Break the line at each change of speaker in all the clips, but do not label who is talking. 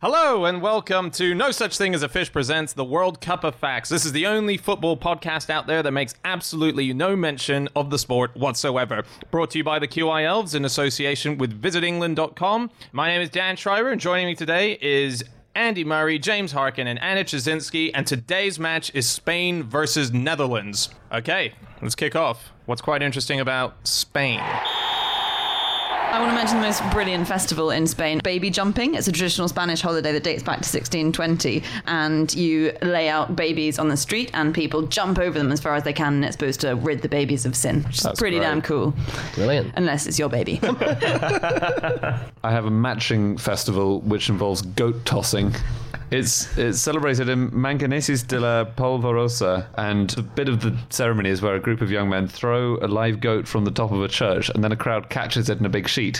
Hello and welcome to No Such Thing as a Fish presents the World Cup of Facts. This is the only football podcast out there that makes absolutely no mention of the sport whatsoever. Brought to you by the QI Elves in association with visitengland.com. My name is Dan Schreiber and joining me today is Andy Murray, James Harkin and Anna Chazinski and today's match is Spain versus Netherlands. Okay, let's kick off. What's quite interesting about Spain?
I want to mention the most brilliant festival in Spain, baby jumping. It's a traditional Spanish holiday that dates back to 1620, and you lay out babies on the street, and people jump over them as far as they can, and it's supposed to rid the babies of sin, which is
That's
pretty
great.
damn cool.
Brilliant.
Unless it's your baby.
I have a matching festival which involves goat tossing. It's it's celebrated in Mancanesis de la Polvorosa, and a bit of the ceremony is where a group of young men throw a live goat from the top of a church, and then a crowd catches it in a big sheet.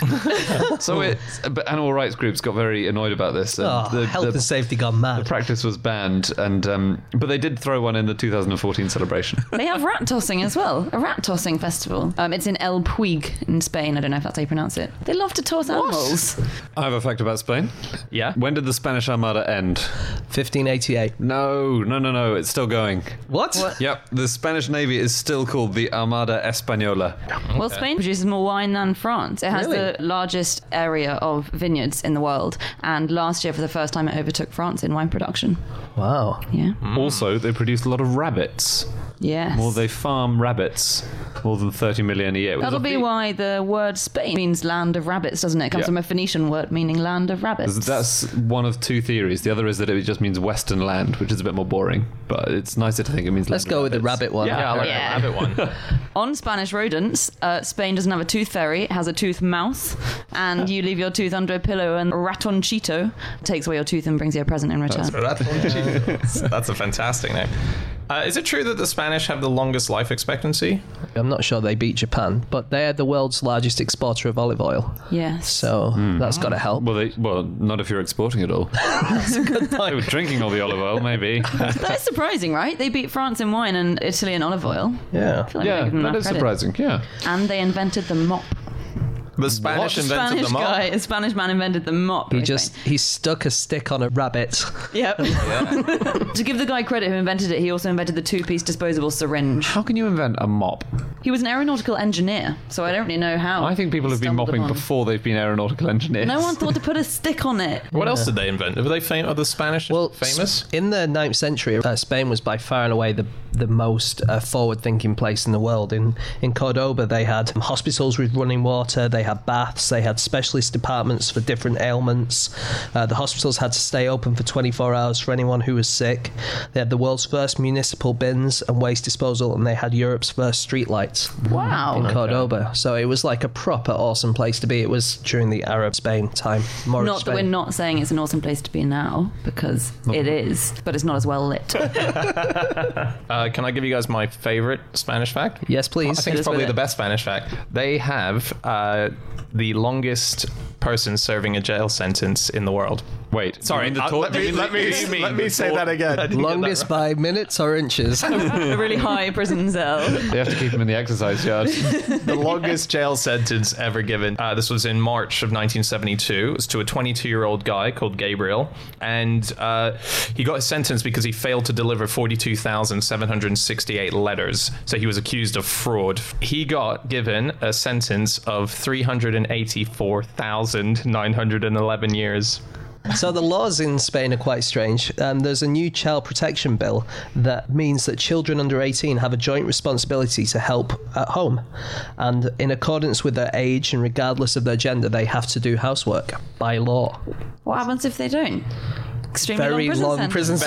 so it's but animal rights groups got very annoyed about this. and
Oh,
the-
health
the-
and safety gone
the
mad.
practice was banned, and um, but they did throw one in the 2014 celebration.
they have rat tossing as well, a rat tossing festival. Um, it's in El Puig in Spain. I don't know if that's how you pronounce it. They love to toss animals.
I have a fact about Spain.
Yeah.
When did the Spanish Armada end?
1588.
No, no, no, no. It's still going.
What?
Yep, the Spanish Navy is still called the Armada Española.
Well, Spain produces more wine than France. It has
Really?
the largest area of vineyards in the world, and last year, for the first time, it overtook France in wine production.
Wow.
Yeah.
Also, they produce a lot of rabbits.
Yes.
Well, they farm rabbits more than 30 million a year. which is
That'll
a
be
big-
why the word Spain means land of rabbits, doesn't it? It comes
Yeah.
from a Phoenician word meaning land of rabbits.
That's one of two theories. The other is that it just means Western land, which is a bit more boring, but it's nicer to think it means.
Let's
land of
go with the
rabbits.
rabbit one.
Yeah, I like
Yeah.
the rabbit one.
On Spanish rodents, uh, Spain doesn't have a tooth fairy, it has a tooth mouse, and you leave your tooth under a pillow, and Ratonchito takes away your tooth and brings you a present in return.
That's a fantastic name. Uh, is it true that the Spanish have the longest life expectancy?
I'm not sure they beat Japan, but they are the world's largest exporter of olive oil.
Yes.
So that's got to help.
Well, they, well, not if you're exporting it all. They were drinking all the olive oil, maybe.
That's surprising, right? They beat France in wine and Italy in olive oil.
Yeah.
I feel like we don't
yeah,
give them
that
enough
is
credit.
surprising. Yeah.
And they invented the mop.
The Spanish invented
Spanish
the mop.
guy, a Spanish man invented the mop.
He just he stuck a stick on a rabbit.
Yep. to give the guy credit who invented it, he also invented the two-piece disposable syringe.
How can you invent a mop?
He was an aeronautical engineer, so I don't really know how.
I think people have been
stumbled
mopping
upon.
before they've been aeronautical engineers.
No one thought to put a stick on it.
What else did they invent? Were they fam- are the Spanish
Well,
famous?
s- in the 9th century, uh, Spain was by far and away the the most uh, forward-thinking place in the world. In in Cordoba, they had um, hospitals with running water, they had baths, they had specialist departments for different ailments. Uh, the hospitals had to stay open for 24 hours for anyone who was sick. They had the world's first municipal bins and waste disposal, and they had Europe's first streetlights in
Wow.
Cordoba. So it was like a proper awesome place to be. It was during the Arab Spain time. Moorish
Not that
Spain.
we're not saying it's an awesome place to be now, because it is, but it's not as well lit.
Uh, can I give you guys my favorite Spanish fact?
Yes, please.
I think
Hit
it's
us with
probably
it.
the best Spanish fact. They have uh, the longest person serving a jail sentence in the world.
Wait,
Sorry,
you mean the
uh,
tor-
let me-
you mean-
let me-
you mean
let me
the
say
tor-
that again.
I didn't get that
Longest by
right.
minutes or inches?
a really high prison cell.
They have to keep him in the exercise yard.
the longest jail sentence ever given. Uh, this was in March of 1972. It was to a 22 year old guy called Gabriel. And uh, he got his sentence because he failed to deliver 42,768 letters. So he was accused of fraud. He got given a sentence of 384,911 years.
So the laws in Spain are quite strange. Um, there's a new child protection bill that means that children under 18 have a joint responsibility to help at home, and in accordance with their age and regardless of their gender, they have to do housework by law.
What happens if they don't? Extremely
Very
long prison
long
sentence.
prison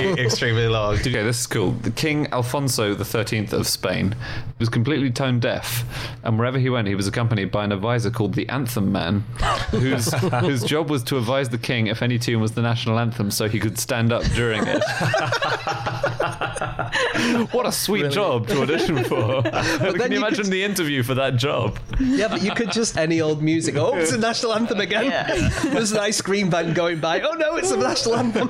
sentences.
extremely long.
Okay, this is cool. Oh, The King Alfonso XIII of Spain was completely tone deaf, and wherever he went, he was accompanied by an advisor called the Anthem Man, whose, whose job was to advise the king if any tune was the national anthem so he could stand up during it. what a sweet job to audition for.
then
Can you
you
imagine
could-
the interview for that job?
Yeah, but you could just any old music. Oh, it's a national anthem again. there's an ice cream van going by. Oh no, it's a national anthem.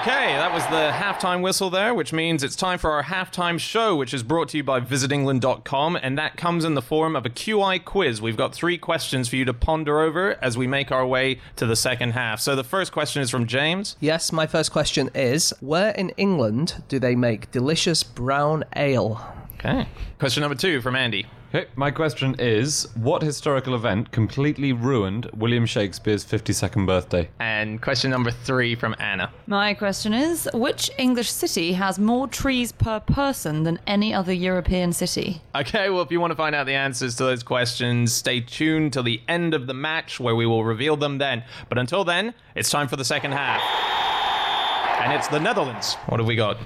Okay, that was the halftime whistle there, which means it's time for our halftime show, which is brought to you by visitengland.com, and that comes in the form of a QI quiz. We've got three questions for you to ponder over as we make our way to the second half. So the first question is from James.
Yes, my first question is Where in England do they make delicious brown ale?
Okay. Question number two from Andy.
Okay, my question is what historical event completely ruined William Shakespeare's 52nd birthday?
And question number three from Anna.
My question is which English city has more trees per person than any other European city?
Okay, well, if you want to find out the answers to those questions, stay tuned till the end of the match where we will reveal them then. But until then, it's time for the second half. And it's the Netherlands. What have we got?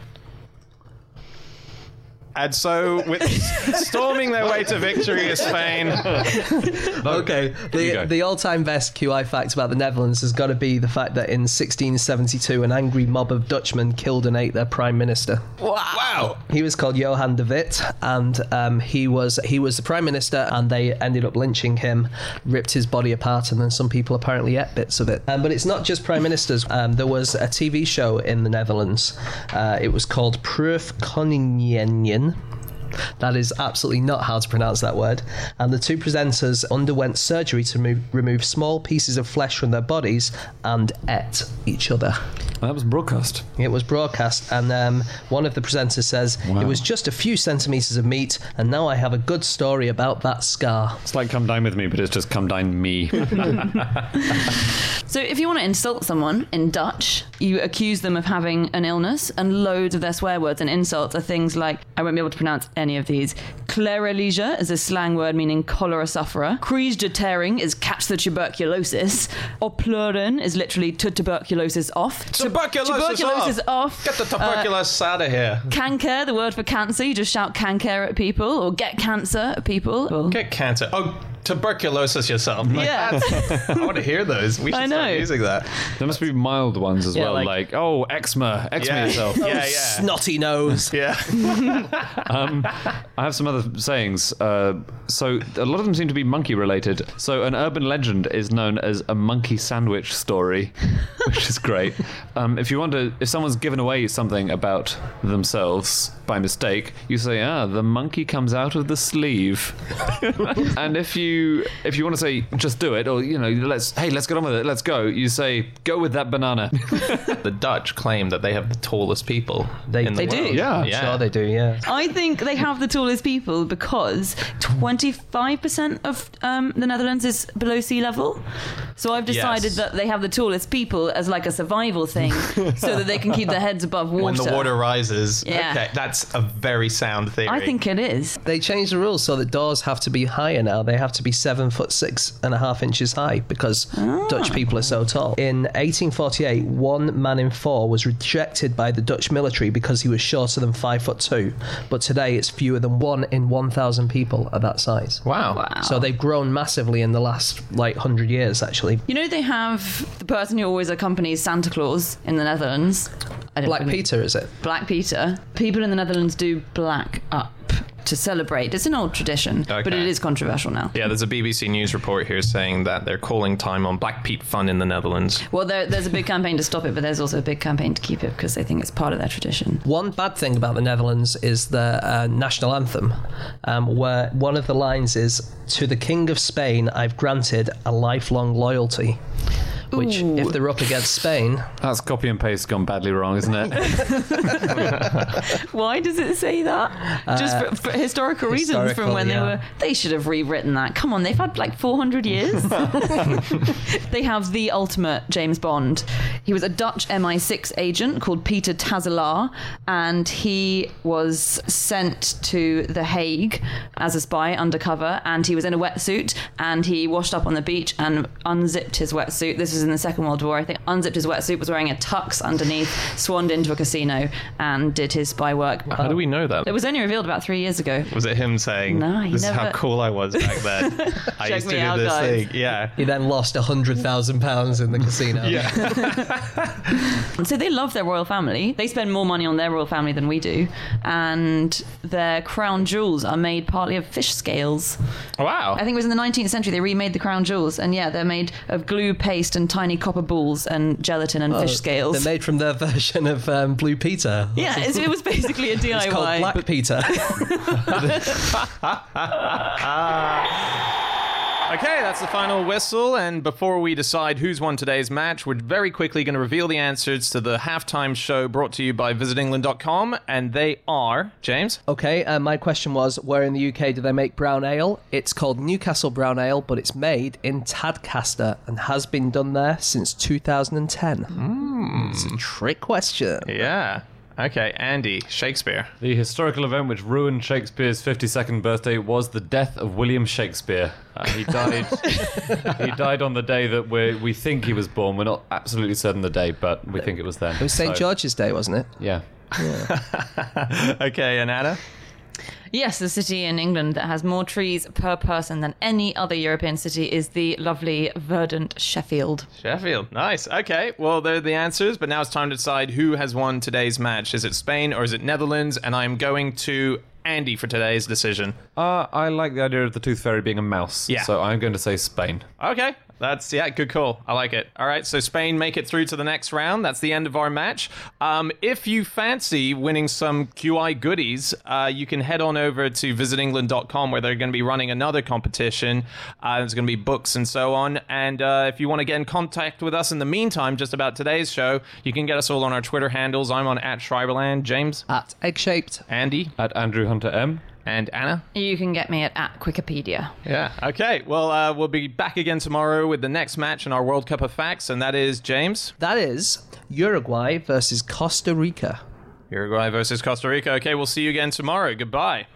And so, with storming their way to victory is Spain.
Okay,
you
the,
go.
the all time best QI fact about the Netherlands has got to be the fact that in 1672, an angry mob of Dutchmen killed and ate their prime minister.
Wow.
He was called Johan de Witt, and um, he was he was the prime minister, and they ended up lynching him, ripped his body apart, and then some people apparently ate bits of it. Um, but it's not just prime ministers. Um, there was a TV show in the Netherlands. Uh, it was called Proof Koningen. That is absolutely not how to pronounce that word. And the two presenters underwent surgery to remove, remove small pieces of flesh from their bodies and ate each other.
That was broadcast.
It was broadcast, and um, one of the presenters says, It was just a few centimetres of meat, and now I have a good story about that scar.
It's like Come Dine With Me, but it's just Come Dine Me.
So if you want to insult someone in Dutch, you accuse them of having an illness, and loads of their swear words and insults are things like I won't be able to pronounce any of these. Clereligia is a slang word meaning cholera sufferer. Kriegjetering is catch the tuberculosis. Opleuren is literally to tuberculosis off.
Tuberculosis
Tuberculosis off.
Get the
Uh,
tuberculosis out of here.
Canker, the word for cancer, you just shout canker at people or get cancer at people.
Get cancer. Oh, tuberculosis yourself. Like,
yeah.
I want to hear those. We should
I
start
know.
using that.
there must be mild ones as
Yeah,
well,
like-
like, oh, eczema, eczema
Yeah.
yourself.
Yeah, yeah.
Snotty nose.
Yeah.
I have some other sayings. Uh, so a lot of them seem to be monkey related. So an urban legend is known as a monkey sandwich story, which is great. Um, if you want to, if someone's given away something about themselves by mistake, you say, "Ah, the monkey comes out of the sleeve." and if you if you want to say, "Just do it," or you know, let's hey, let's get on with it, let's go. You say, "Go with that banana."
the Dutch claim that they have the tallest people.
They-
in the
they
do.
world.
Yeah.
yeah.
Sure, they do, yeah. Uh,
I think they have the tallest people because 25% of um, the Netherlands is below sea level. So I've decided
Yes.
that they have the tallest people as like a survival thing so that they can keep their heads above water.
when the water rises.
Yeah.
Okay, that's a very sound theory.
I think it is.
They changed the rules so that doors have to be higher now. They have to be seven foot six and a half inches high because
Ah.
Dutch people are so tall. In 1848, one man in four was rejected by the Dutch military because he was shorter than five foot two. But today, it's fewer than one in 1,000 people are that size.
Wow.
So
Oh.
they've grown massively in the last like hundred years, actually.
You know, they have the person who always accompanies Santa Claus in the Netherlands. I don't
Black
know.
Peter, is it?
Black Peter. People in the Netherlands do black up to celebrate. It's an old tradition, but
Okay.
it is controversial now.
Yeah, there's a BBC News report here saying that they're calling time on Black Pete Fun in the Netherlands.
Well, there, there's a big campaign to stop it, but there's also a big campaign to keep it because they think it's part of their tradition.
One bad thing about the Netherlands is the uh, national anthem, um, where one of the lines is "To the King of Spain, I've granted a lifelong loyalty," which,
Ooh.
if they're up against Spain,
That's copy and paste gone badly wrong, isn't it?
Why does it say that? Just for, for historical reasons
Uh, historical,
from when
yeah.
they were. They should have rewritten that. Come on, they've had like 400 years. they have the ultimate James Bond. He was a Dutch MI6 agent called Peter Tazelar, and he was sent to The Hague as a spy undercover. And he was in a wetsuit, and he washed up on the beach and unzipped his wetsuit. This was in the Second World War, I think. Unzipped his wetsuit, was wearing a tux underneath, swanned into a casino, and did his spy work.
How do we know that?
It Oh. was only revealed about three years ago.
Was it him saying,
No, he
"This is how
never-
cool I was back then. I
Check
used to
me
do
out,
this
guys."
thing." Yeah.
he then lost hundred thousand pounds in the casino.
Yeah.
So they love their royal family. They spend more money on their royal family than we do, and their crown jewels are made partly of fish scales.
wow.
I think it was in the 19th century they remade the crown jewels, and yeah, they're made of glue, paste, and
tiny copper balls and gelatin and
Oh,
fish scales.
They're made from their version of um, Blue Peter.
yeah, it's, it was basically a DIY.
It's called Black Peter.
Ah. Okay, that's the final whistle. And before we decide who's won today's match, we're very quickly going to reveal the answers to the halftime show brought to you by visitengland.com. And they are, James?
okay, uh, my question was where in the UK do they make brown ale? It's called Newcastle Brown Ale, but it's made in Tadcaster and has been done there since 2010. It's a trick question.
Yeah. Okay, Andy, Shakespeare.
The historical event which ruined Shakespeare's 52nd birthday was the death of William Shakespeare. Uh, he died. he died on the day that we we think he was born. We're not absolutely certain the day, but we think it was then.
It was St. George's Day, wasn't it?
Yeah.
Okay, and Anna?
Yes, the city in England that has more trees per person than any other European city is the lovely, verdant Sheffield.
Sheffield. Nice. Okay, well, they're the answers, but now it's time to decide who has won today's match. Is it Spain or is it Netherlands? And I'm going to Andy for today's decision.
Uh, I like the idea of the Tooth Fairy being a mouse.
Yeah.
So I'm going to say Spain.
Okay. That's yeah, good call. I like it. All right, so Spain make it through to the next round. That's the end of our match. Um, if you fancy winning some QI goodies, uh, you can head on over to visitengland.com where they're going to be running another competition. Uh, there's going to be books and so on. And uh, if you want to get in contact with us in the meantime, just about today's show, you can get us all on our Twitter handles. I'm on at Schreiberland, James,
At egg shaped.
Andy,
At Andrew Hunter M.
and Anna.
You can get me at, at Wikipedia.
Yeah. Okay. Well, uh, we'll be back again tomorrow with the next match in our World Cup of Facts, and that is James
That is Uruguay versus Costa Rica.
Uruguay versus Costa Rica. Okay. We'll see you again tomorrow. Goodbye.